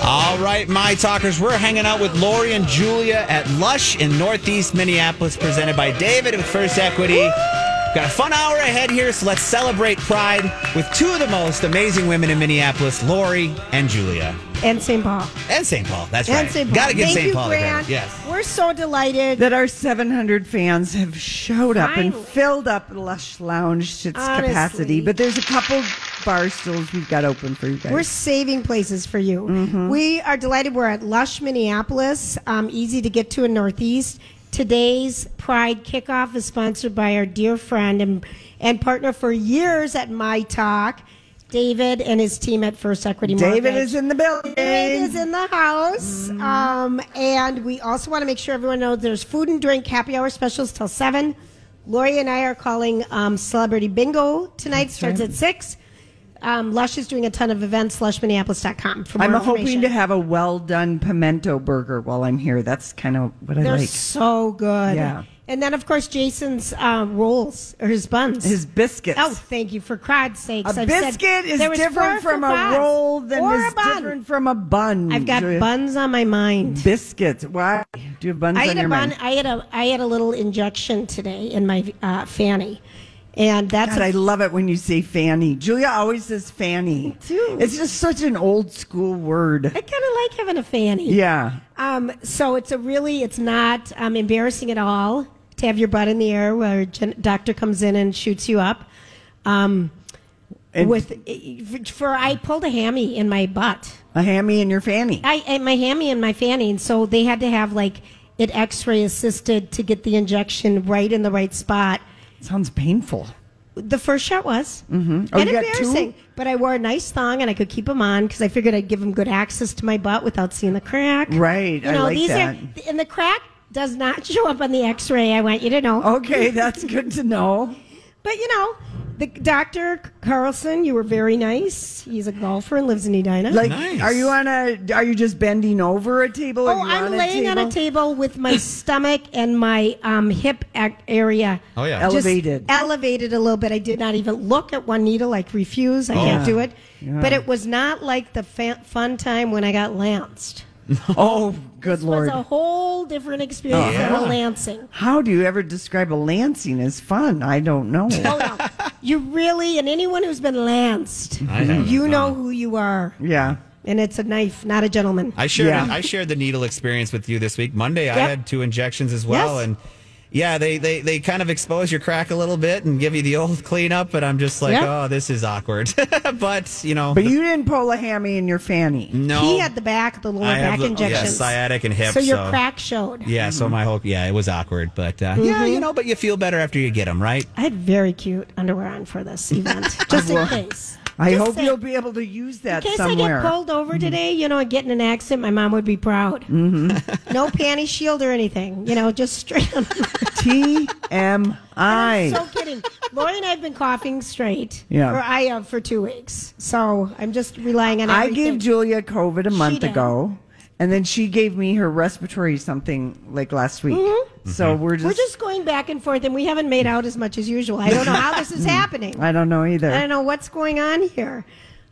All right, my talkers, we're hanging out with Lori and Julia at Lush in Northeast Minneapolis, presented by David with First Equity. Got a fun hour ahead here, so let's celebrate Pride with two of the most amazing women in Minneapolis, Lori and Julia. and St. Paul. And St. Paul, that's And right. St. Paul. Gotta get Thank St. you, Paul there. Grant. Yes. We're so delighted. that our 700 fans have showed up and Finally. filled up Lush Lounge to its Honestly. capacity. But there's a couple bar stools we've got open for you guys. We're saving places for you. Mm-hmm. We are delighted. We're at Lush, Minneapolis, um, easy to get to in Northeast. Today's Pride kickoff is sponsored by our dear friend and, and partner for years at My Talk, David and his team at First Equity David Mortgage. is in the building. David is in the house. Um, and we also want to make sure everyone knows there's food and drink happy hour specials till 7. Lori and I are calling um, Celebrity Bingo tonight, starts at 6. Um, Lush is doing a ton of events, lushminneapolis.com. For more I'm hoping information. to have a well done pimento burger while I'm here. That's kind of what I They're like. so good. Yeah. And then, of course, Jason's uh, rolls or his buns. His biscuits. Oh, thank you for God's sakes. a I've said biscuit is there was different four for from a five. roll than or is a bun. different from a bun. I've got Julia. buns on my mind. Biscuits. Why do you have buns I on had your a bun. mind? I had a I had a little injection today in my uh, fanny, and that's God, a- I love it when you say fanny. Julia always says fanny. too. It's just such an old school word. I kind of like having a fanny. Yeah. Um. So it's a really it's not um, embarrassing at all to have your butt in the air where a gen- doctor comes in and shoots you up. Um, And with for I pulled a hammy in my butt. a hammy in your fanny. I and my hammy and my fanny, and so they had to have like it X-ray assisted to get the injection right in the right spot. Sounds painful. The first shot was. Mm-hmm. Oh, and you got two? embarrassing. But I wore a nice thong and I could keep them on because I figured I'd give them good access to my butt without seeing the crack. Right, You I know, like these that. are, and the crack does not show up on the x ray. I want you to know. Okay, that's good to know. But you know, the Dr. Carlson, you were very nice. He's a golfer and lives in Edina. Like, Nice. are you on a? Are you just bending over a table? Are Oh, you I'm on a laying on a table with my stomach and my um, hip ac- area. Oh, yeah. Just Elevated. elevated a little bit. I did not even look at one needle. Like refuse. I Oh. can't do it. But it was not like the fa- fun time when I got lanced. Oh, good It was lord! a whole different experience than a Oh. lancing. How do you ever describe a lancing as fun? I don't know. Oh no! you really and anyone who's been lanced, Mm. you know who you are, yeah. and it's a knife, not a gentleman. I shared Yeah. I shared the needle experience with you this week. Monday I Yep. had two injections as well Yes. and yeah, they, they they kind of expose your crack a little bit and give you the old cleanup and I'm just like, Yep. "Oh, this is awkward." but, you know, But you didn't pull a hammy in your fanny. no. he had the back, the lower I have back the- oh, injections. yes, sciatic and hip, So your so- crack showed. Yeah, so my whole yeah, it was awkward, but uh, yeah, Mm-hmm. you know, but you feel better after you get them, right? I had very cute underwear on for this event, just in case. I Just hope saying. you'll be able to use that In case somewhere. Mm-hmm. I get pulled over today, you know, and get in an accident, my mom would be proud. Mm-hmm. no panty shield or anything, you know, just straight. on- I'm TMI. so kidding. Lori and I have been coughing straight. Yeah. Or I have for two weeks. So I'm just relying on I everything. gave Julia COVID a month did. ago, and then she gave me her respiratory something like last week. So we're just, Mm-hmm. We're just going back and forth, and we haven't made out as much as usual. I don't know how this is Mm. happening. I don't know either. I don't know what's going on here.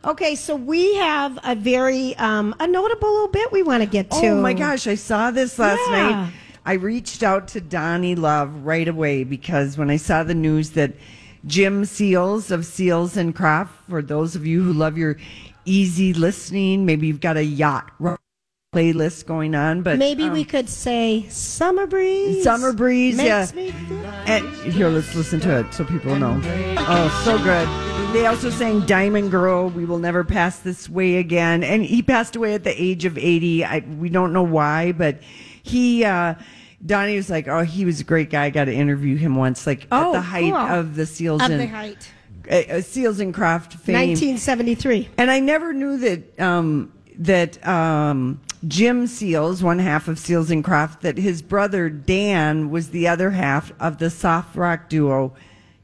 Okay, so we have a very um, a notable little bit we want to get to. Oh my gosh, I saw this last Yeah. night. I reached out to Donnie Love right away because when I saw the news that Jim Seals of Seals and Croft, for those of you who love your easy listening. Maybe you've got a yacht rock playlist going on, but Maybe we could say summer breeze. Um, Summer breeze, makes yeah. me feel- And here, let's listen to it so people know. Oh, so good. They also sang Diamond Girl, We Will Never Pass This Way Again. And he passed away at the age of 80. I, we don't know why, but he, uh, Donnie was like, oh, he was a great guy. I got to interview him once, like at Oh, the height cool. of the Seals Of and the height. uh, uh, Seals and Craft fame. 1973. And I never knew that um, that um, Jim Seals, one half of Seals and Croft, that his brother Dan was the other half of the soft rock duo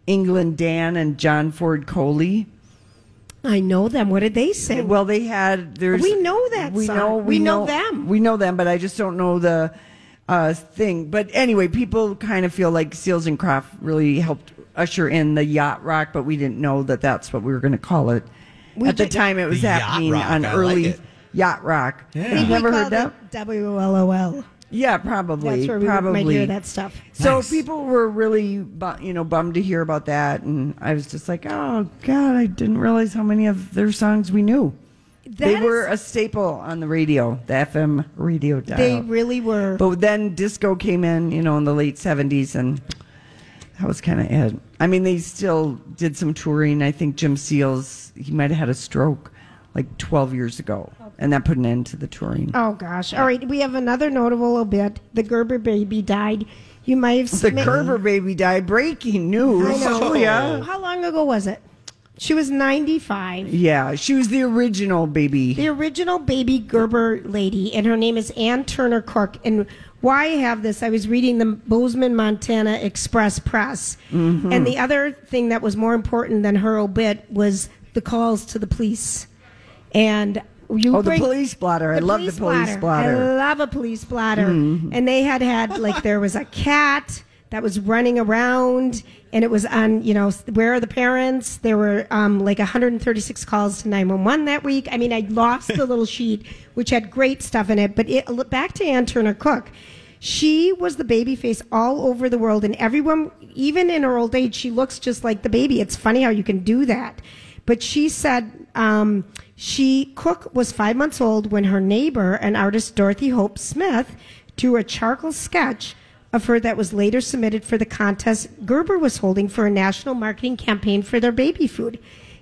England Dan and John Ford Coley. I know them. What did they say? Well, they had there's We know that we song. know We know them. we know them, but I just don't know the uh, thing. But anyway, people kind of feel like Seals and Croft really helped usher in the yacht rock, but we didn't know that that's what we were going to call it. At the did- time, it was The yacht happening rock. on I like early it. yacht rock. Yeah. You've We never call heard that? them WLOL. Yeah, probably. That's where we probably. might hear that stuff. So Nice. people were really, bu- you know, bummed to hear about that, and I was just like, "Oh God, I didn't realize how many of their songs we knew." they That were is- a staple on the radio, the FM radio dial. They really were. but then disco came in, you know, in the late seventies, and that was kind of it. I mean, they still did some touring. I think Jim Seals he might have had a stroke like twelve years ago, and that put an end to the touring. Oh gosh! All right, we have another notable bit. The Gerber baby died. You might have The seen it. Gerber baby died. Breaking I news. know. Julia. How long ago was it? She was ninety-five. Yeah, she was the original baby. The original baby Gerber lady, and her name is Ann Turner Cork. And why I have this, I was reading the Bozeman, Montana Express Press. Mm-hmm. And the other thing that was more important than her obit was the calls to the police. And you Oh, the bring- police blotter. I the love the police blotter. I love a police blotter. And they had had like there was a cat that was running around, and it was on you know s- where are the parents? There were um, like 136 calls to 911 that week. I mean, I lost the little sheet which had great stuff in it. But it, look, back to Ann Turner Cook. She was the baby face all over the world, and everyone, even in her old age, she looks just like the baby. It's funny how you can do that. But she said um, she Cook was five months old when her neighbor and artist Dorothy Hope Smith drew a charcoal sketch of her that was later submitted for the contest Gerber was holding for a national marketing campaign for their baby food.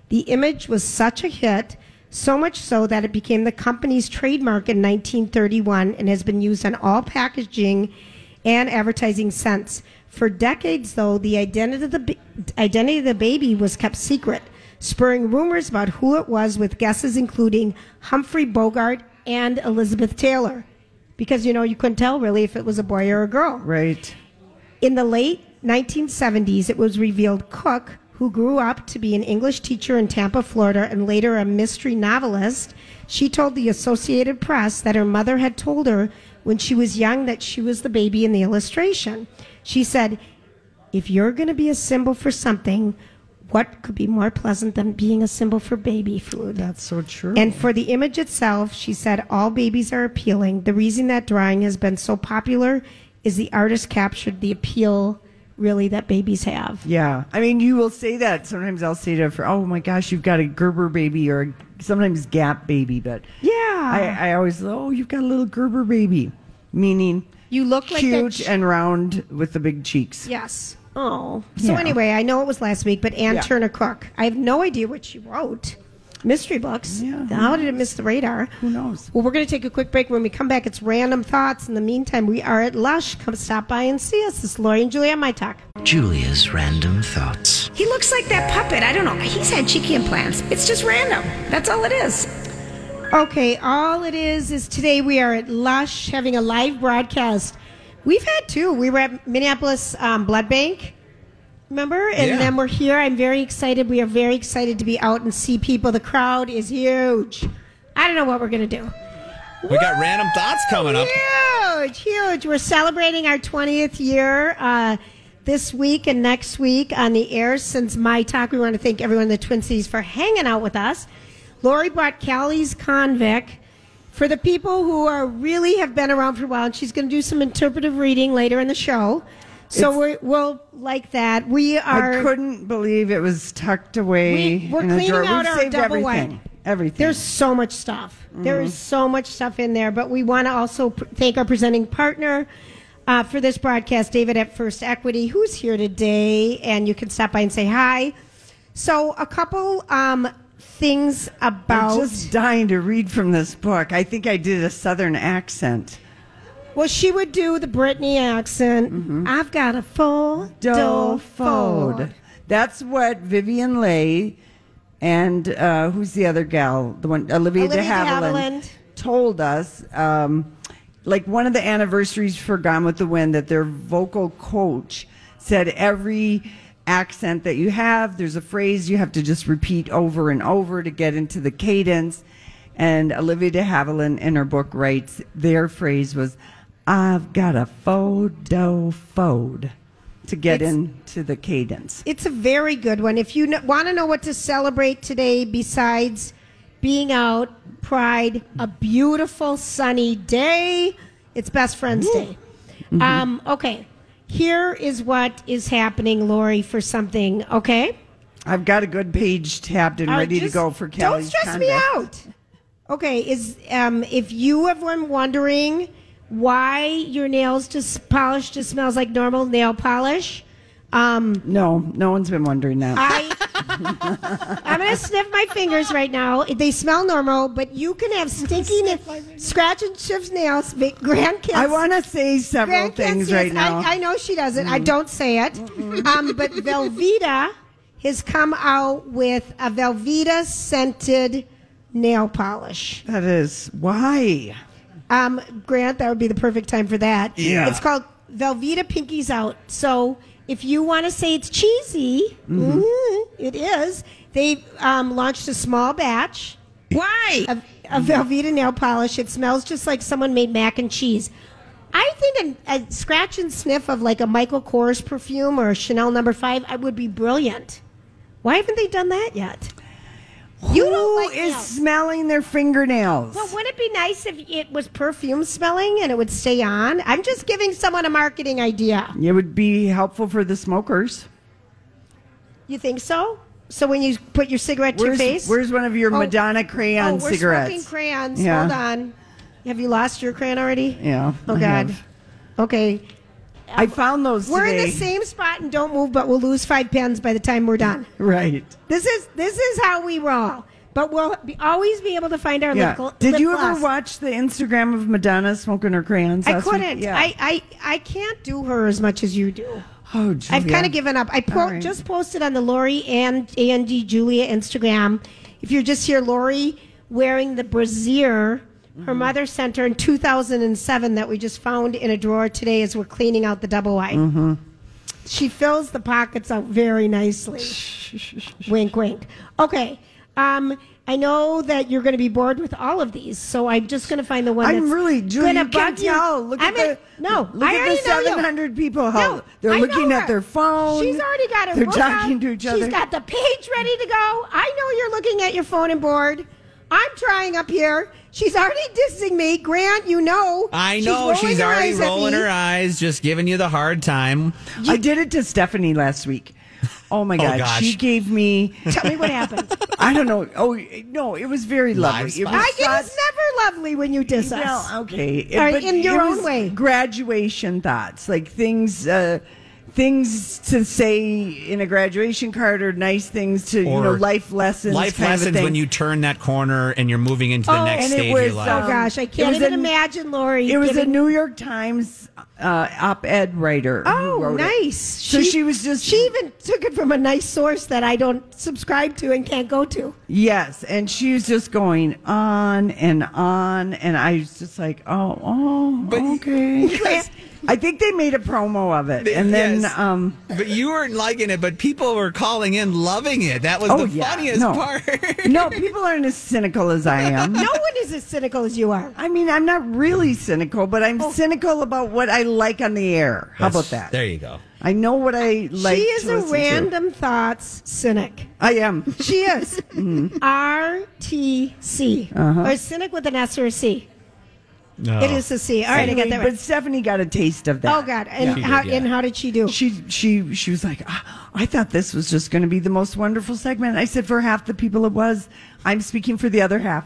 The image was such a hit, so much so that it became the company's trademark in 1931 and has been used on all packaging and advertising sense. For decades, though, the identity of the, ba- identity of the baby was kept secret, spurring rumors about who it was, with guesses including Humphrey Bogart and Elizabeth Taylor. Because, you know, you couldn't tell really if it was a boy or a girl. Right. In the late 1970s, it was revealed Cook, who grew up to be an English teacher in Tampa, Florida, and later a mystery novelist, she told the Associated Press that her mother had told her when she was young that she was the baby in the illustration. She said, If you're going to be a symbol for something, what could be more pleasant than being a symbol for baby food? That's so true. And for the image itself, she said, All babies are appealing. The reason that drawing has been so popular is the artist captured the appeal, really, that babies have. yeah. I mean, you will say that. Sometimes I'll say to her, oh my gosh, you've got a Gerber baby or a, sometimes Gap baby, but Yeah. I, I always, oh, you've got a little Gerber baby, meaning You look like that cute ch- and round with the big cheeks. yes. Oh. So, Yeah. anyway, I know it was last week, but Ann Yeah. Turner Cook, I have no idea what she wrote. Mystery books. Yeah, who How did it miss the radar? Who knows? Well, we're going to take a quick break. When we come back, it's random thoughts. In the meantime, we are at Lush. Come stop by and see us. This is Lori and Julia on My Talk. Julia's Random Thoughts. He looks like that puppet. I don't know. He's had cheeky implants. It's just random. That's all it is. Okay, all it is is today we are at Lush having a live broadcast. We've had two. We were at Minneapolis um, Blood Bank, remember? And Yeah. then we're here. I'm very excited. We are very excited to be out and see people. The crowd is huge. I don't know what we're going to do. We got random thoughts coming up. Huge, huge. We're celebrating our 20th year uh, this week and next week on the air since My Talk. We want to thank everyone in the Twin Cities for hanging out with us. Lori brought Callie's Convict. For the people who are really have been around for a while, and she's going to do some interpretive reading later in the show. So we we'll like that. We are I couldn't believe it was tucked away we, we're in a cleaning drawer. out We've our saved double everything. wide. Everything. There's so much stuff. There is so much stuff in there, but we want to also pr- thank our presenting partner uh, for this broadcast, David at First Equity, who's here today, and you can stop by and say hi. So, a couple um, things about. I'm just dying to read from this book. I think I did a southern accent. Well, she would do the Britney accent. I've got a full dough fold. Dofod. That's what Vivian Leigh and uh, who's the other gal? The one Olivia, Olivia de de Havilland, Havilland. told us. Um, like one of the anniversaries for Gone with the Wind, that their vocal coach said every accent that you have, there's a phrase you have to just repeat over and over to get into the cadence. And Olivia de Havilland in her book writes their phrase was, "I've got a fodo fode." To get into the cadence. It's a very good one. If you kn- want to know what to celebrate today, besides being out, Pride, a beautiful sunny day, it's Best Friends Day. Mm-hmm. Um, okay, here is what is happening, Lori, for something, okay? I've got a good page tabbed and All right, ready just to go for Kelly's Don't stress me contest. out. Okay, is um, if you have been wondering why your nails just polish just smells like normal nail polish, um, No, no one's been wondering that. I I'm gonna sniff my fingers right now. They smell normal, but you can have stinky na- scratch and shift nails, big grandkids. I want to say several Grandkids, things yes, right now. I, I know she doesn't. I don't say it. Um, but Velveeta has come out with a Velveeta scented nail polish. that is why. Um, Grant, that would be the perfect time for that. Yeah. It's called Velveeta Pinkies Out. So if you want to say it's cheesy, Mm-hmm. mhm, it is. They um, launched a small batch Why? of, of Velveeta nail polish. It smells just like someone made mac and cheese. I think a, a scratch and sniff of like a Michael Kors perfume or a Chanel number five I would be brilliant. Why haven't they done that yet? You don't Who like is nails. smelling their fingernails? Well, wouldn't it be nice if it was perfume smelling and it would stay on? I'm just giving someone a marketing idea. it would be helpful for the smokers. You think so? So when you put your cigarette to your Where's, face? where's one of your Oh. Madonna oh, crayon we're smoking cigarettes? crayons. Yeah. Hold on. Have you lost your crayon already? Yeah. Oh I God. have. Okay. I found those We're in today. the same spot and don't move, but we'll lose five pens by the time we're done. Right. This is this is how we roll. But we'll be, always be able to find our Yeah. lip. gl- Did lip you ever gloss. watch the Instagram of Madonna smoking her crayons? I last week? couldn't. Yeah. I, I I can't do her as much as you do. oh, I've Julia. kind of given up. I po- All right. just posted on the Lori and Andy Julia Instagram. If you're just here, Lori wearing the brassiere Mm-hmm. her mother sent her in 2007 that we just found in a drawer today as we're cleaning out the double wide. Mm-hmm. She fills the pockets out very nicely. wink, wink. Okay. Um, I know that you're going to be bored with all of these, so I'm just going to find the one I'm that's really going Julie. to You bug can you. tell. Look I'm at in- the no. Look I at already the know you. 700 people. How No, they're I know looking her. at their phone. She's already got her. They're book talking out. to each other. She's got the page ready to go. I know you're looking at your phone and board. I'm trying up here. She's already dissing me, Grant. You know. I know she's, rolling her already eyes at rolling me. her eyes, just giving you the hard time. I did it to Stephanie last week. Oh my God! gosh. She gave me. Tell me what happened. I don't know. Oh no! It was very lovely. Live It was I, it such- is never lovely when you diss us. Well, okay. It- All right, but in your it own was way. Graduation thoughts, like things, uh, things to say in a graduation card, or nice things to you know, Or life lessons. Life kind of a lessons thing. when you turn that corner and you're moving into the Oh, next and it stage of was, your life. oh gosh, I um, It can't was even a- imagine, Lori. It was a giving- New York Times uh, op-ed writer. who Oh, wrote it. nice. So she was just- She even took it from a nice source that I don't subscribe to and can't go to. Yes, and she was just going on and on, and I was just like, oh, oh, okay. I think they made a promo of it, and then Yes. um, But you weren't liking it, but people were calling in loving it. That was oh the yeah, funniest no, part. no, people aren't as cynical as I am. No one is as cynical as you are. I mean, I'm not really cynical, but I'm Oh. cynical about what I like on the air. How about that? There you go. I know what I like. she is to a listen to. random thoughts cynic. I am. She is Uh-huh. RTC. Or cynic with an S or a C. It Oh. is to see. All right, I got that But right. Stephanie got a taste of that. Oh God! And She did, how yeah. and how did she do? She she she was like, "Ah, I thought this was just going to be the most wonderful segment. I said for half the people it was. I'm speaking for the other half.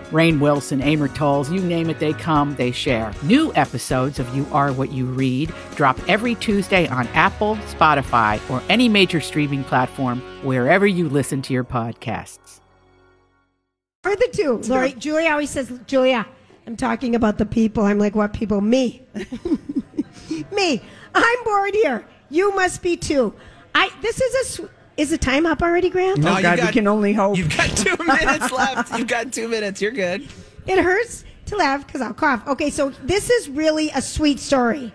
Rain Wilson, Amor Tolls, you name it, they come, they share. New episodes of You Are What You Read drop every Tuesday on Apple, Spotify, or any major streaming platform wherever you listen to your podcasts. Or the two. Lori, Julia always says, Julia, I'm talking about the people. I'm like, what people? Me. Me. I'm bored here. You must be too. I. This is a. Sw- is the time up already, Graham? No, God, we can only hope. You've got two minutes left. You've got two minutes. You're good. It hurts to laugh because I'll cough. Okay, so this is really a sweet story.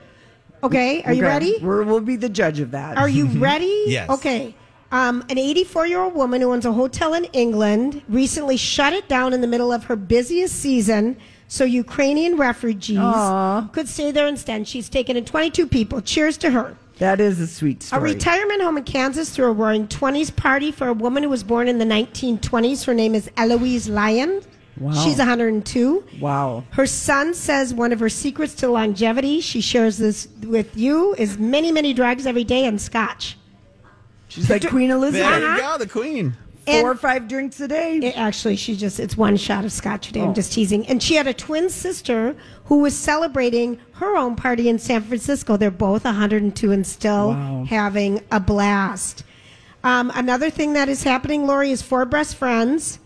Okay, are you Okay, ready? We're, we'll be the judge of that. Are you ready? Yes. Okay. Um, an 84 year old woman who owns a hotel in England recently shut it down in the middle of her busiest season so Ukrainian refugees could stay there instead. She's taken in 22 people. Cheers to her. that is a sweet A story. retirement home in Kansas threw a roaring 20s party for a woman who was born in the 1920s. Her name is Eloise Lyon. Wow. She's 102. wow. Her son says one of her secrets to longevity, she shares this with you, is many, many drugs every day and scotch. She's like Queen Elizabeth. There you go, the queen. Four or Uh-huh. And- five drinks a day. It- actually, she just, it's one shot of scotch today. I'm just teasing. And she had a twin sister who was celebrating her own party in San Francisco. They're both 102 and still having a blast. Um, another thing that is happening, Lori, is four best friends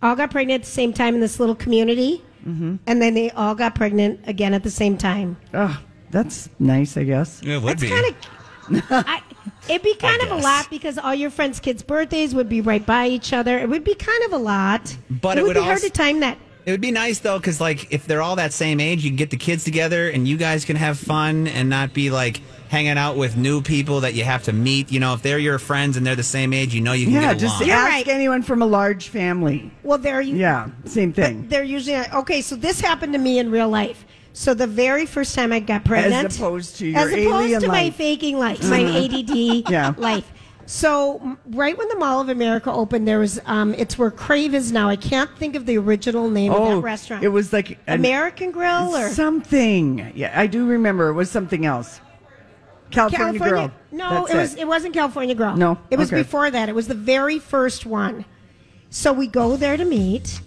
all got pregnant at the same time in this little community. And then they all got pregnant again at the same time. Ugh, that's nice, I guess. It would be. Kind of. I, it'd be kind of a guess. lot because all your friends' kids' birthdays would be right by each other. It would be kind of a lot. But it would would be hard also- to time that. It would be nice though, because like if they're all that same age, you can get the kids together and you guys can have fun and not be like hanging out with new people that you have to meet. You know, if they're your friends and they're the same age, you know you can Yeah, get along. just You're ask right. anyone from a large family. Well, there you. Yeah, same thing. They're usually okay. So this happened to me in real life. So the very first time I got pregnant, opposed to as your opposed alien to my life. Mm-hmm. faking life, my ADD Yeah. life. So m- right when the Mall of America opened, there was um, it's where Crave is now. I can't think of the original name of that restaurant. Oh, it was like an- American Grill or something. Yeah, I do remember it was something else. California, Girl. No, That's it was it wasn't California Girl. No? it was Okay. before that. It was the very first one. So we go there to meet,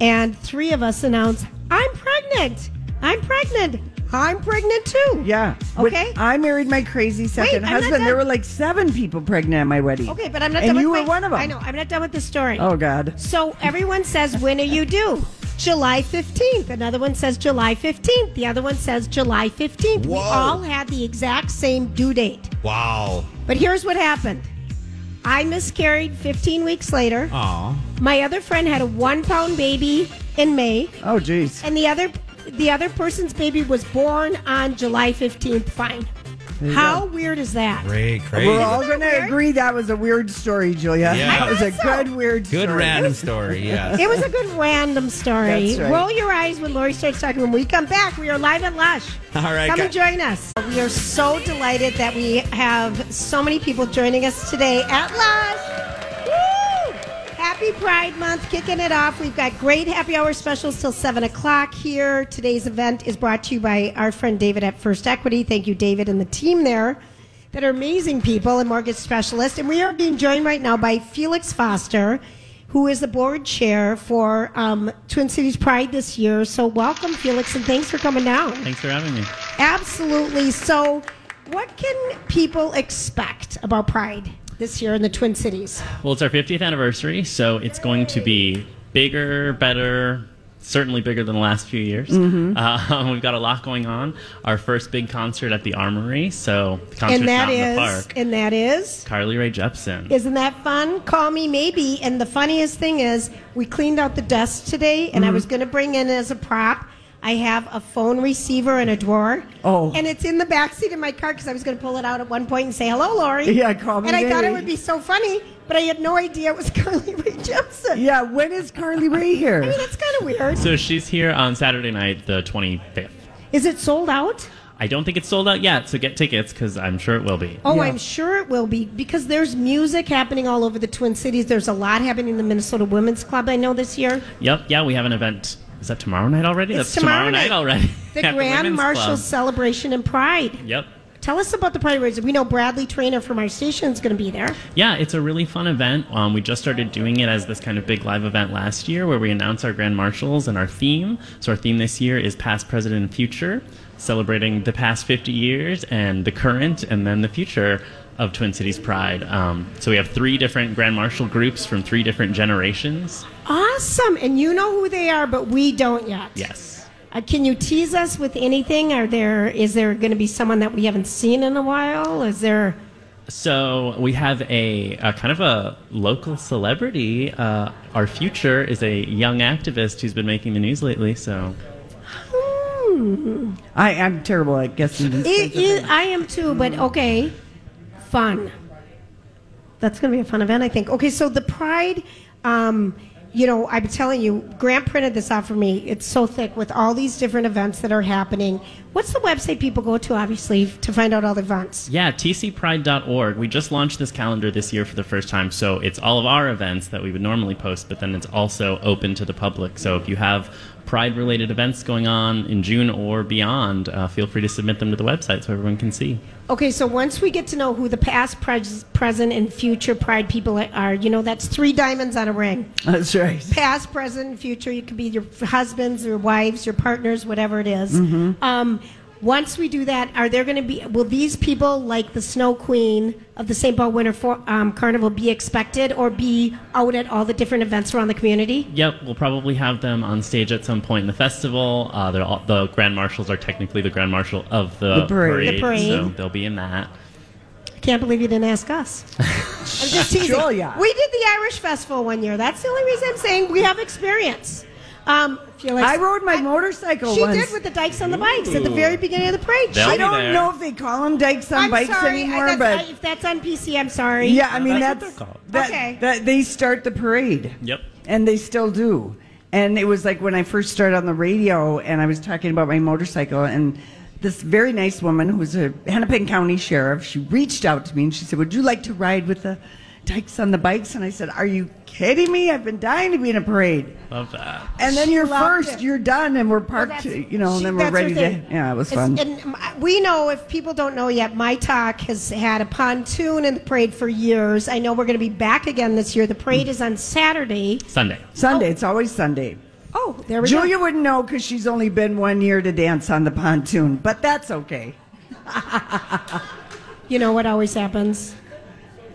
and three of us announce, "I'm pregnant. I'm pregnant. I'm pregnant too." Yeah. When Okay. I married my crazy second I'm not husband. There done. were like seven people pregnant at my wedding. okay, but I'm not. And done you with were my- one of them. I know. I'm not done with the story. Oh God. So everyone says, when are you due? July 15th. Another one says July 15th. The other one says July 15th. We Whoa. all had the exact same due date. wow. But here's what happened I miscarried 15 weeks later. Aw. My other friend had a one pound baby in May, Oh geez. and the other the other person's baby was born on July fifteenth. Fine. How weird is that? Great, crazy. We're all Isn't going that to weird? agree that was a weird story, Julia. Yeah. I That was a thought so. good weird Good story. random story, yes. It was a good random story. That's right. Roll your eyes when Lori starts talking. When we come back, we are live at Lush. All right, Come guy- and join us. We are so delighted that we have so many people joining us today at Lush. Woo! Happy Pride Month, kicking it off. We've got great happy hour specials till 7 o'clock here. Today's event is brought to you by our friend David at First Equity. Thank you, David, and the team there that are amazing people and mortgage specialists. And we are being joined right now by Felix Foster, who is the board chair for um, Twin Cities Pride this year. So welcome, Felix, and thanks for coming down. Thanks for having me. Absolutely. So, what can people expect about Pride this year in the Twin Cities? Well, it's our 50th anniversary, so it's going to be bigger, better, certainly bigger than the last few years. Mm-hmm. Uh, we've got a lot going on. Our first big concert at the Armory, so the concert's and that out in the is, park. and that is. Carly Rae Jepsen. Isn't that fun? Call me maybe. And the funniest thing is, we cleaned out the dust today, Mm-hmm. and I was going to bring in as a prop. I have a phone receiver in a drawer. Oh. And it's in the back seat of my car because I was going to pull it out at one point and say, hello, Lori. Yeah, call me And I thought it maybe. would be so funny, but I had no idea it was Carly Rae Jepsen. Yeah, when is Carly Rae here? I mean, that's kind of weird. So she's here on Saturday night, the 25th. Is it sold out? I don't think it's sold out yet, so get tickets because I'm sure it will be. Oh, Yeah. I'm sure it will be because there's music happening all over the Twin Cities. There's a lot happening in the Minnesota Women's Club, I know, this year. Yep, yeah, we have an event. Is that tomorrow night already? It's That's tomorrow, tomorrow night, night. already. The at Grand Women's Marshal Club. Celebration and Pride. Yep. Tell us about the Pride Race. We know Bradley Trainer from our station is going to be there. Yeah, it's a really fun event. Um, we just started doing it as this kind of big live event last year where we announce our grand marshals and our theme. So, our theme this year is Past, Present, and Future, celebrating the past 50 years and the current and then the future of Twin Cities Pride. Um, so, we have three different grand marshal groups from three different generations. Awesome. And you know who they are, but we don't yet. Yes. Uh, can you tease us with anything? Are there is there going to be someone that we haven't seen in a while? Is there So we have a, a kind of a local celebrity. Uh, our future is a young activist who's been making the news lately. So hmm. I am terrible at guessing these It- things. it- I am too, but okay. Fun. That's going to be a fun event, I think. Okay, so the Pride, um, you know, I'm telling you, Grant printed this out for me. It's so thick with all these different events that are happening. What's the website people go to, obviously, to find out all the events? Yeah, tcpride.org. We just launched this calendar this year for the first time, so it's all of our events that we would normally post, but then it's also open to the public. So if you have Pride related events going on in June or beyond, uh, feel free to submit them to the website so everyone can see. Okay, so once we get to know who the past, pres- present, and future Pride people are, you know, that's three diamonds on a ring. That's right. past, present, and future. You could be your husbands, your wives, your partners, whatever it is. Mm-hmm. Um, once we do that, are there going to be, will these people, like the Snow Queen of the St. Paul Winter For- um, Carnival, be expected or be out at all the different events around the community? Yep, we'll probably have them on stage at some point in the festival. Uh, they're all, the Grand Marshals are technically the Grand Marshal of the, The parade. The parade. so they'll be in that. I can't believe you didn't ask us. I'm just teasing. Julia. We did the Irish Festival one year. That's the only reason I'm saying we have experience. Um, Felix- I rode my motorcycle She once. did with the Dykes on the Bikes at the very beginning of the parade. They'll I be don't there. know if they call them dykes on I'm bikes sorry. I- anymore, that's- but I- if that's on PC, I'm sorry. yeah, I mean That's that's, what they're called. that, Okay. that they start the parade. Yep. and they still do. And it was like when I first started on the radio, and I was talking about my motorcycle, and this very nice woman who was a Hennepin County sheriff, she reached out to me and she said, "Would you like to ride with the dykes on the bikes?" And I said, "Are you kidding me? I've been dying to be in a parade." Love that. And then you're loved first, it. you're done, and we're Well, parked, Oh, that's- you know, she- and then that's we're her ready to. thing. Yeah, it was It's- fun. And um, I- we know if people don't know yet, My Talk has had a pontoon in the parade for years. I know we're going to be back again this year. The parade is on Saturday. Sunday. Sunday, it's always Sunday. Oh, there we Julia go. wouldn't know because she's only been one year to dance on the pontoon, but that's okay. You know what always happens?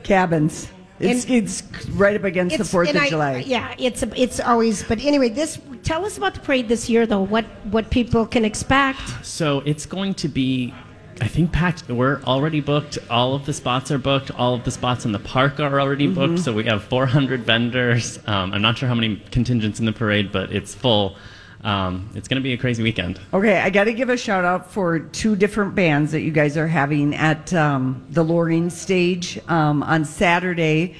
Cabins. It's, And- it's right up against the 4th of and I- July. Yeah, it's it's always. But anyway, this tell us about the parade this year, though. What what people can expect? So it's going to be, I think, packed. We're already booked. All of the spots are booked. All of the spots in the park are already Mm-hmm. booked. So we have 400 vendors. Um, I'm not sure how many contingents in the parade, but it's full. Um, it's going to be a crazy weekend. Okay, I got to give a shout out for two different bands that you guys are having at um, the Loring stage um, on Saturday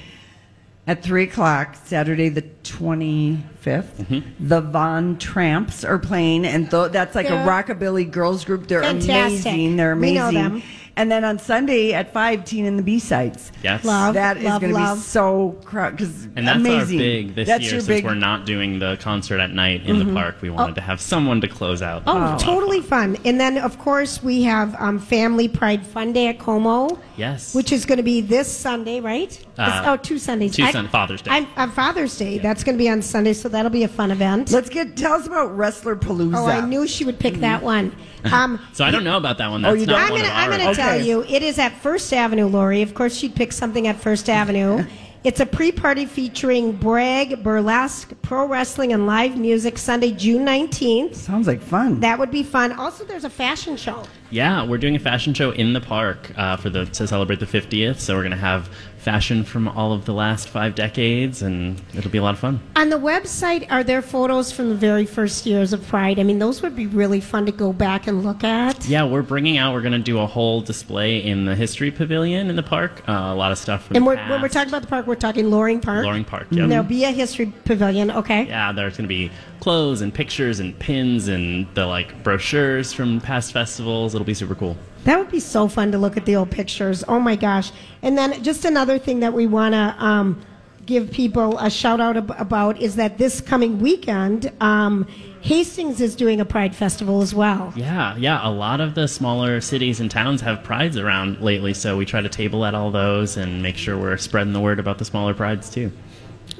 at 3 o'clock, Saturday the 25th. Mm-hmm. The Von Tramps are playing, and th- that's like They're- a rockabilly girls group. They're Fantastic. amazing. They're We amazing. know them. And then on Sunday at 5, Teen and the B-Sides. Yes. Love, That is love, going to be love. so crowd because And that's amazing. our big this that's year your since big we're not doing the concert at night in the park. We wanted to have someone to close out. Oh, totally fun. And then, of course, we have um, Family Pride Fun Day at Como. Yes. Which is going to be this Sunday, right? Uh, This- oh, two Sundays. two Sun- Father's Day. I'm, on Father's Day. That's going to be on Sunday, so that'll be a fun event. Let's get tell us about Wrestler Palooza. oh, I knew she would pick that one. Um, So I don't know about that one. Oh, That's you Mm-hmm. not I'm don't? one gonna, of I'm ours. gonna tell Okay. you, it is at First Avenue, Lori. Of course, she'd pick something at First Avenue. It's a pre party featuring brag, burlesque, pro wrestling, and live music Sunday, June 19th. Sounds like fun. That would be fun. Also, there's a fashion show. Yeah, we're doing a fashion show in the park uh, for the to celebrate the 50th. So we're gonna have fashion from all of the last five decades, and it'll be a lot of fun. On the website, are there photos from the very first years of Pride? I mean, those would be really fun to go back and look at. Yeah, we're bringing out. We're gonna do a whole display in the history pavilion in the park. Uh, a lot of stuff. From And the we're, past. when we're talking Mm-hmm. about the park, we're talking Loring Park. Loring Park, And yep. There'll be a history pavilion, okay? Yeah, there's going to be clothes and pictures and pins and the like brochures from past festivals. It'll be super cool. That would be so fun to look at the old pictures. Oh my gosh. And then just another thing that we want to um, give people a shout out ab- about is that this coming weekend, um, Hastings is doing a Pride Festival as well. Yeah, yeah. A lot of the smaller cities and towns have prides around lately, so we try to table at all those and make sure we're spreading the word about the smaller prides too.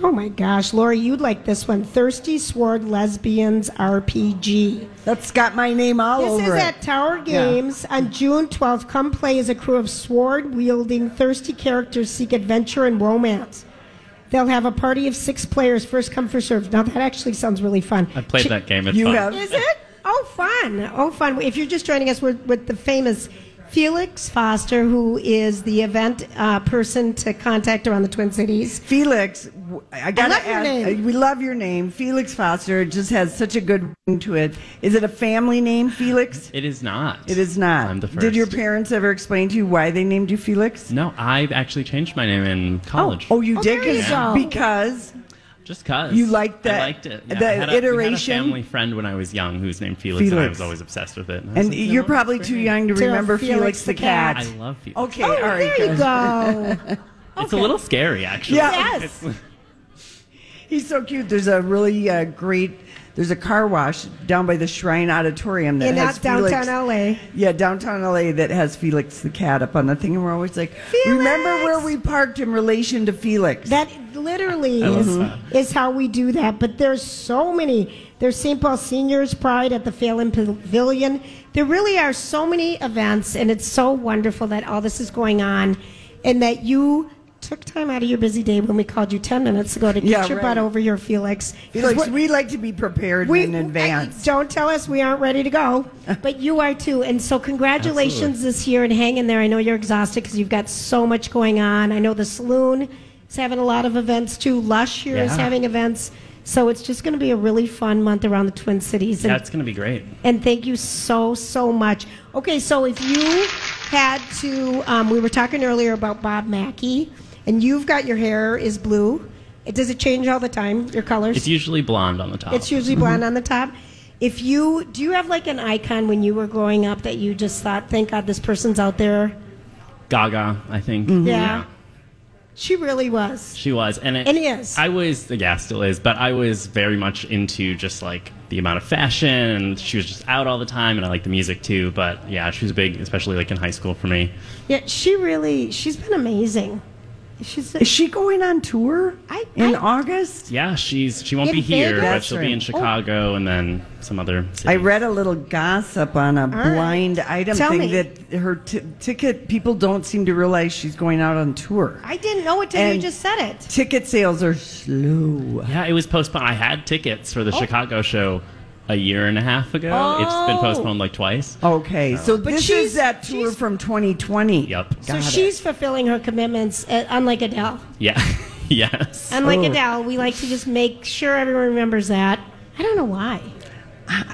Oh my gosh, Lori, you'd like this one. Thirsty Sword Lesbians RPG. That's got my name all this over is it. at Tower Yeah. Games on June 12th. Come play as a crew of sword wielding, thirsty characters seek adventure and romance. They'll have a party of six players, first come, first served. Now, that actually sounds really fun. I played that game. It's you fun. have- Is it? Oh, fun. Oh, fun. If you're just joining us, we're with the famous Felix Foster, who is the event uh, person to contact around the Twin Cities. Felix, w- I got love to your ask. name. uh, We love your name, Felix Foster. It just has such a good ring to it. Is it a family name, Felix? It is not. It is not. I'm the first. Did your parents ever explain to you why they named you Felix? No, I actually changed my name in college. Oh, you did there you 'Cause- go. because Just cause You liked that- I liked it. Yeah, that I had a- we had a iteration? family friend when I was young who's named Felix, and I Felix. was always obsessed with it. And, I was and like, you're "No, probably that's too great." young to To remember Felix Felix, the the Cat. cat. I love Felix. Okay, Oh, all right. there you good. go. It's a little scary, actually. Yeah. Yes. He's so cute. There's a really uh, great. There's a car wash down by the Shrine Auditorium that In has out downtown Felix. LA. Yeah, downtown LA that has Felix the cat up on the thing, and we're always like, remember where we parked in relation to Felix? That literally is, is how we do that. But there's so many. There's St. Paul Seniors Pride at the Phelan Pavilion. There really are so many events, and it's so wonderful that all this is going on, and that you took time out of your busy day when we called you 10 minutes ago to get Yeah, your right. butt over here, Felix. 'Cause Felix, we're- we like to be prepared in advance. I- don't tell us we aren't ready to go, but you are too. And so, congratulations this year and hang in there. I know you're exhausted because you've got so much going on. I know the saloon is having a lot of events too. Lush here is Yeah. having events. So, it's just going to be a really fun month around the Twin Cities. And, Yeah, it's gonna be great. and thank you so, so much. Okay, so if you had to, um, we were talking earlier about Bob Mackey, and you've got your hair is blue. It, does it change all the time, your colors? It's usually blonde on the top. It's usually blonde on the top. If you do, you have like an icon when you were growing up that you just thought, "Thank God this person's out there." Gaga, I think. Yeah. She really was. She was, and it, And he is. I was, yeah, still is, but I was very much into just like the amount of fashion, and she was just out all the time, and I liked the music too. But yeah, she was big, especially like in high school for me. Yeah, she really. She's been amazing. She's. Is she going on tour I- in I- August? Yeah, she's she won't In be here, Vegas? Oh. but That's she'll right. be in Chicago and then some other. City. I read a little gossip on a right. blind item Tell thing me. that her t- ticket people don't seem to realize she's going out on tour. I didn't know it till you And- just said it. Ticket sales are slow. Yeah, it was postponed. I had tickets for the Oh. Chicago show a year and a half ago. It's been Oh. postponed like twice. Okay, so this she's- is that tour she's- from 2020. Yep. So she's fulfilling her commitments, uh, unlike Adele. Yeah. yes. Unlike Adele, we like to just make sure everyone remembers that. I don't know why.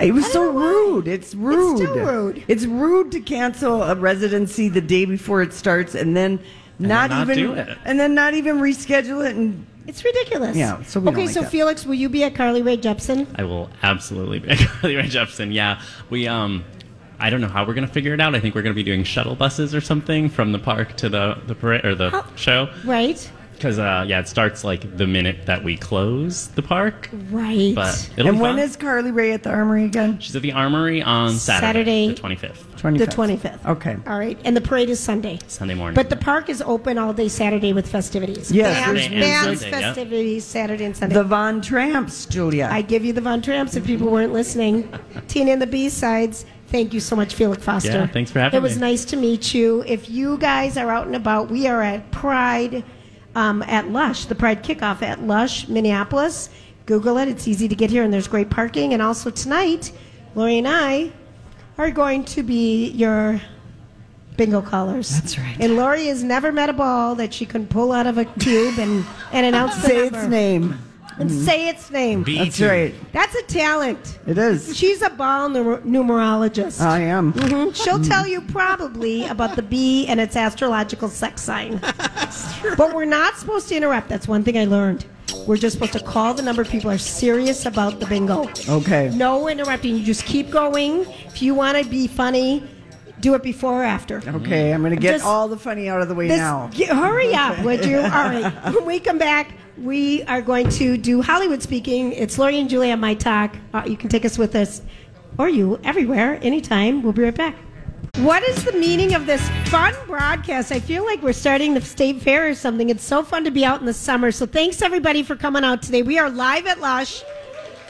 It was I so don't know why. rude. It's rude. still rude. It's rude to cancel a residency the day before it starts and then not, not even do it. and then not even reschedule it and It's ridiculous. Yeah, so we don't okay, like so that. Felix, will you be at Carly Rae Jepsen? I will absolutely be Carly Rae Jepsen. Yeah, we um, I don't know how we're gonna figure it out. I think we're gonna be doing shuttle buses or something from the park to the the parade or the How- show. Right. Because uh, yeah, it starts like the minute that we close the park. Right. But it'll and be when fun. is Carly Ray at the Armory again? She's at the Armory on Saturday. Saturday, the twenty fifth, the 25th. Okay. All right. And the parade is Sunday. Sunday morning. But the park is open all day Saturday with festivities. Yes, bands, Saturday and bands, Sunday, yeah. festivities Saturday and Sunday. The Von Tramps, Julia. I give you the Von Tramps if people weren't listening. Tina and the B sides. Thank you so much, Felix Foster. Yeah, thanks for having It was me. nice to meet you. If you guys are out and about, we are at Pride. um, at Lush, the Pride Kickoff at Lush, Minneapolis. Google it. It's easy to get here, and there's great parking. And also tonight, Lori and I are going to be your bingo callers. That's right. And Lori has never met a ball that she can pull out of a cube and, and announce the Say its number. name. And say its name. B That's two. right. That's a talent. It is. She's a ball numer- numerologist. I am. Mhm. She'll tell you probably about the bee and its astrological sex sign. But we're not supposed to interrupt. That's one thing I learned. We're just supposed to call the number. People are serious about the bingo. Okay. No interrupting. You just keep going. If you want to be funny, do it before or after. Okay, I'm going to get Just- all the funny out of the way This- now. g- hurry up, would you? All right. When we come back, we are going to do Hollywood speaking. It's Lori and Julia on My Talk. Uh, you can take us with us, or you, everywhere, anytime. We'll be right back. What is the meaning of this fun broadcast? I feel like we're starting the state fair or something. It's so fun to be out in the summer. So thanks everybody for coming out today. We are live at Lush.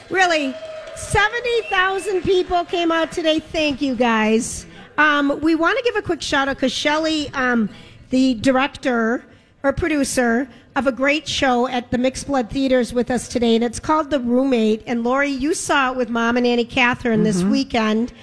Really, 70,000 people came out today. Thank you guys. Um, we want to give a quick shout out because Shelly, um, the director or producer of a great show at the Mixed Blood Theater, is with us today, and it's called The Roommate. And Lori, you saw it with Mom and Annie Catherine this Mm-hmm. weekend.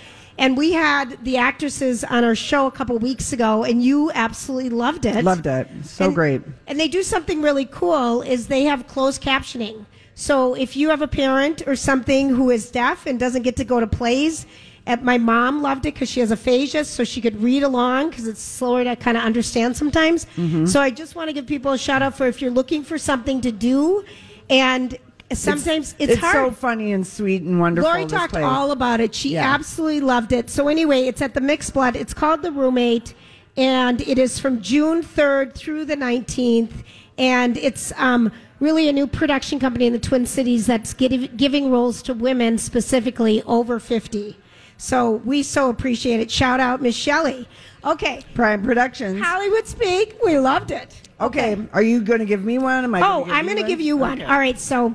And we had the actresses on our show a couple weeks ago, and you absolutely loved it. Loved it. So And- great. and they do something really cool is they have closed captioning. So if you have a parent or something who is deaf and doesn't get to go to plays, and my mom loved it because she has aphasia, so she could read along because it's slower to kind of understand sometimes. Mm-hmm. So I just want to give people a shout out for if you're looking for something to do, and sometimes it's, hard. so funny and sweet and wonderful. Lori this talked play. all about it. She Yeah. absolutely loved it. So anyway, it's at the Mixed Blood. It's called The Roommate, and it is from June 3rd through the 19th. And it's um, really a new production company in the Twin Cities that's giv giving roles to women specifically over 50. So we so appreciate it. Shout out Miss Shelley. Okay, Prime Productions. Hollywood Speak. We loved it. okay. Are you going to give me one? Am I? Oh, gonna I'm going to give you one. All right, so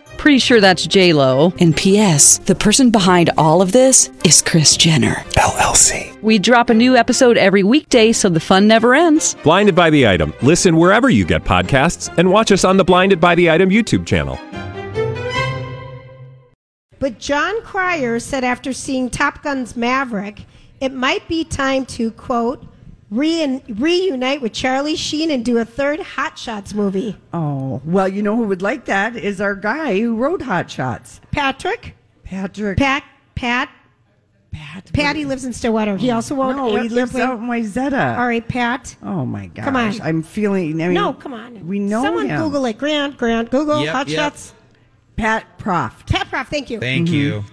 Pretty sure that's J Lo. And P.S. The person behind all of this is Chris Jenner LLC. We drop a new episode every weekday, so the fun never ends. Blinded by the item. Listen wherever you get podcasts, and watch us on the Blinded by the Item YouTube channel. But John Cryer said after seeing Top Gun's Maverick, it might be time to, quote, reun- reunite with Charlie Sheen and do a third Hot Shots movie. Oh, well, you know who would like that is our guy who wrote Hot Shots, Patrick? Patrick. Pat? Pat? Pat? Patty lives in Stillwater. He also wrote no, Air- he lives Airplane. out in Wayzata. All right, Pat. Oh my gosh. Come on. I'm feeling. I mean, no, come on. We know Someone him. Google it. Grant, Grant, Google Yep, Hot yep. Shots. Pat Proft. Pat Prof, thank you. Thank you.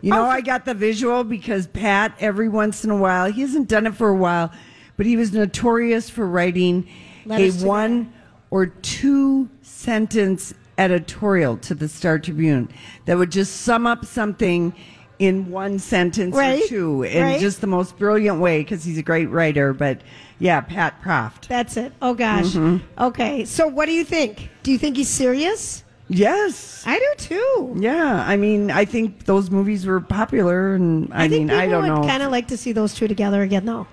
You Oh. know, I got the visual because Pat, every once in a while, he hasn't done it for a while, but he was notorious for writing Letters to a the- one or two sentence editorial to the Star Tribune that would just sum up something in one sentence Right, or two in right. just the most brilliant way because he's a great writer. But yeah, Pat Proft. That's it. Oh, gosh. Mm-hmm. Okay, so what do you think? Do you think he's serious? Yes. I do too. Yeah, I mean, I think those movies were popular, and I, mean, think people I don't would know. kind of like to see those two together again, though.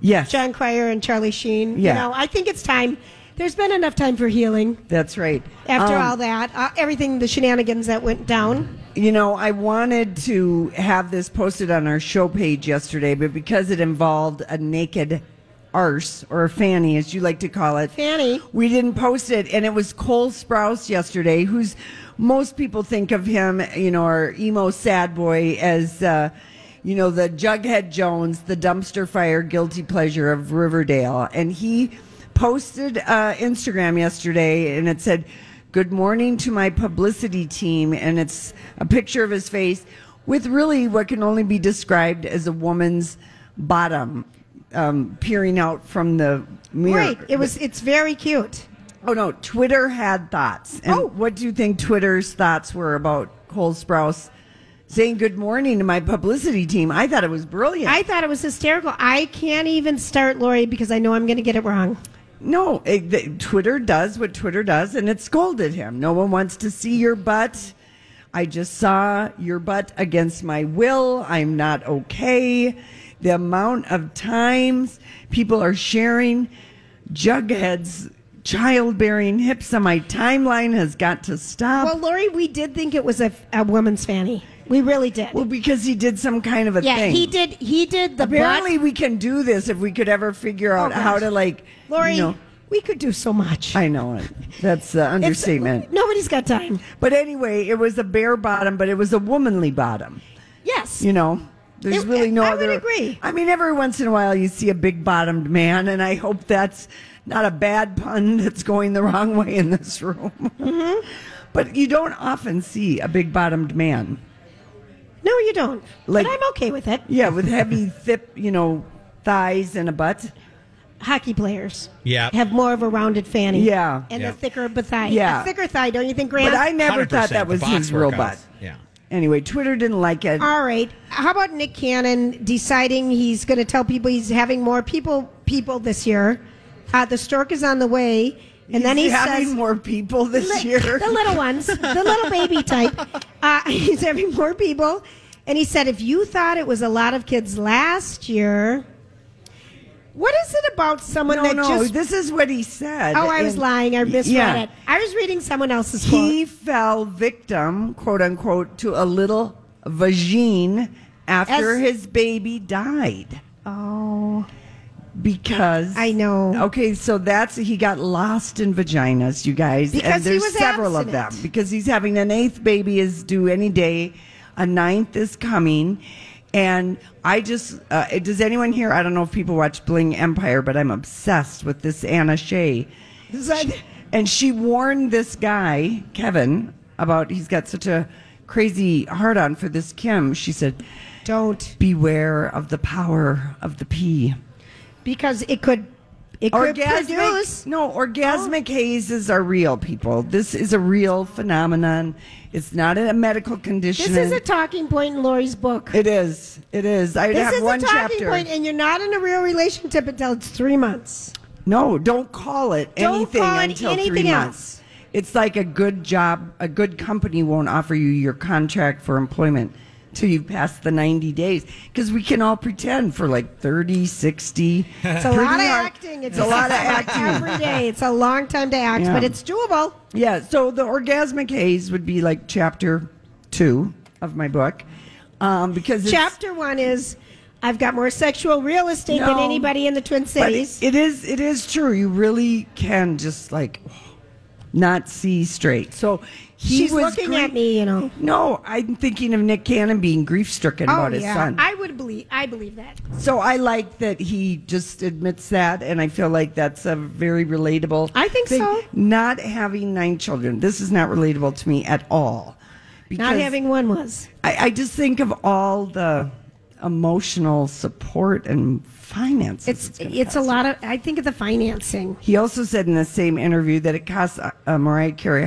yes, John Cryer and Charlie Sheen. Yeah. You know, I think it's time. There's been enough time for healing that's right. after Um, all that, uh, everything, the shenanigans that went down. You know, I wanted to have this posted on our show page yesterday, but because it involved a naked arse or a fanny, as you like to call it, Fanny. we didn't post it. And it was Cole Sprouse yesterday, who's most people think of him, you know, our emo sad boy, as, uh, you know, the Jughead Jones, the dumpster fire guilty pleasure of Riverdale. And he posted uh, Instagram yesterday and it said, Good morning to my publicity team. And it's a picture of his face with really what can only be described as a woman's bottom um, peering out from the mirror. Right. It was. It's very cute. Oh no, Twitter had thoughts. And Oh. what do you think Twitter's thoughts were about Cole Sprouse saying good morning to my publicity team. I thought it was brilliant. I thought it was hysterical. I can't even start, Lori, because I know I'm going to get it wrong. No, it, the, Twitter does what Twitter does, and it scolded him. No one wants to see your butt. I just saw your butt against my will. I'm not okay. The amount of times people are sharing Jughead's childbearing hips on my timeline has got to stop. Well, Lori, we did think it was a, a woman's fanny. We really did. Well, because he did some kind of a yeah, thing. he did. He did the. Apparently, butt. we can do this if we could ever figure out Oh, gosh. how to like. Lori, you know- we could do so much. I know it. That's the understatement. Nobody's got time. But anyway, it was a bare bottom, but it was a womanly bottom. Yes. You know, there's It- really no I would other. agree. I mean, every once in a while you see a big bottomed man, and I hope that's not a bad pun that's going the wrong way in this room. Mm-hmm. But you don't often see a big bottomed man. No, you don't. Like- but I'm okay with it. Yeah, with heavy, thick, you know, thighs and a butt. Hockey players Yeah. have more of a rounded fanny. Yeah. And Yeah. a thicker b- thigh. Yeah. A thicker thigh, don't you think, Grant? But I never 100%, thought that was the box his real workouts. butt. Yeah. Anyway, Twitter didn't like it. All right. How about Nick Cannon deciding he's going to tell people he's having more people people this year? Uh, the stork is on the way, and then he He's having says more people this Li- year. the little ones, the little baby type. Uh, he's having more people, and he said, if you thought it was a lot of kids last year, what is it about someone no, that no, just? this is what he said. oh, I was And- lying. I misread Yeah. it. I was reading someone else's He quote. fell victim, quote unquote, to a little vagine after As- his baby died Oh, because I know. Okay, so that's he got lost in vaginas, you guys. Because and he there's was several of abstinent. them because he's having an eighth baby is due any day, a ninth is coming, and I just uh, does anyone here? I don't know if people watch Bling Empire, but I'm obsessed with this Anna Shea. And she warned this guy, Kevin, about he's got such a crazy heart on for this Kim. She said, Don't Beware of the power of the pee. because it could it could produce. Oh. no, orgasmic hazes are real, people. This is a real phenomenon. It's not a medical condition. This is a talking point in Lori's book. it is. It is. I this have is one a talking chapter. point, and you're not in a real relationship until it's three months. No, don't call it Don't anything call it until anything three else. months. It's like a good job, a good company won't offer you your contract for employment till you pass the 90 days because we can all pretend for like 30, 60. It's a lot of acting. It's, a lot of acting every day. It's a long time to act, Yeah. but it's doable. Yeah, so the orgasmic haze would be like chapter two of my book um, because it's, Chapter one is, I've got more sexual real estate than No. anybody in the Twin but Cities. it is it is true. You really can just like not see straight. So he She's was looking great- at me, you know. No, I'm thinking of Nick Cannon being grief stricken Oh about his yeah, son. I would believe. I believe that. so I like that he just admits that, and I feel like that's a very relatable. I think thing. so. Not having nine children, this is not relatable to me at all. Not because having one was. I, I just think of all the emotional support and finances. It's gonna it's a cost. lot of. I think of the financing. He also said in the same interview that it costs uh, uh, Mariah Carey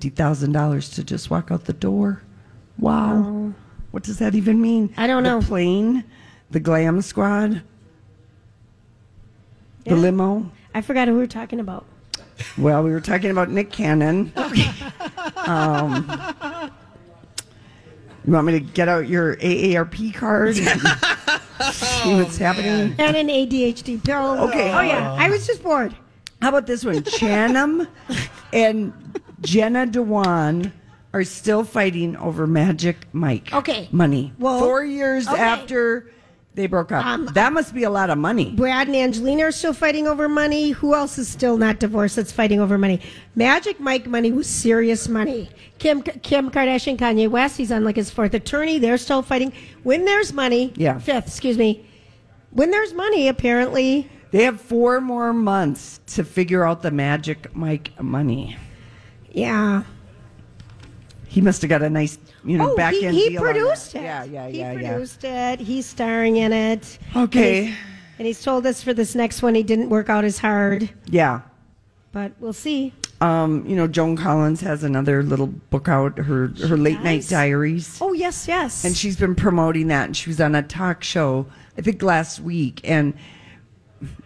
$150,000 to just walk out the door. Wow. What does that even mean? Oh. I don't the know. plane, the glam squad, Yeah. the limo. I forgot who we were talking about. Well, we were talking about Nick Cannon. Okay. um, you want me to get out your AARP card? and See what's Oh, happening? And an ADHD pill. Okay. Uh-huh. Oh yeah, I was just bored. How about this one? Chanum and Jenna Dewan are still fighting over Magic Mike. Okay. Money. Well, four years okay. after they broke up. Um, that must be a lot of money. Brad and Angelina are still fighting over money. Who else is still not divorced that's fighting over money? Magic Mike money was serious money. Kim Kim Kardashian, Kanye West, he's on like his fourth attorney. They're still fighting. When there's money, Yeah. fifth, excuse me. When there's money, apparently, They have four more months to figure out the Magic Mike money. yeah. He must have got a nice, you know, oh, back he, end he deal on produced that. it. Yeah, yeah, he yeah, yeah. produced it. He's starring in it. Okay. And he's, and he's told us for this next one he didn't work out as hard, Yeah. but we'll see. Um, you know, Joan Collins has another little book out, her her late night diaries. Oh yes, yes. And she's been promoting that. And she was on a talk show, I think last week. And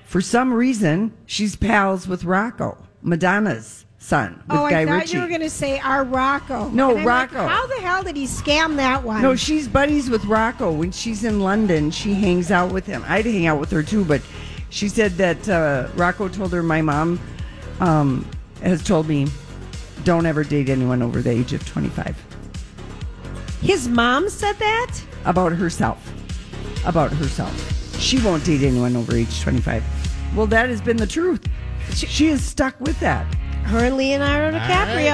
for some reason, she's pals with Rocco, Madonna's son, with oh, Guy I thought Ritchie. you were going to say our Rocco. No, And I'm like, Rocco. How the hell did he scam that one? No, she's buddies with Rocco. When she's in London, she hangs out with him. I'd hang out with her too, but she said that uh, Rocco told her, My mom um, has told me, don't ever date anyone over the age of 25 His mom said that. about herself. About herself. She won't date anyone over age 25. Well, that has been the truth. She, is stuck with that. Her and Leonardo All DiCaprio.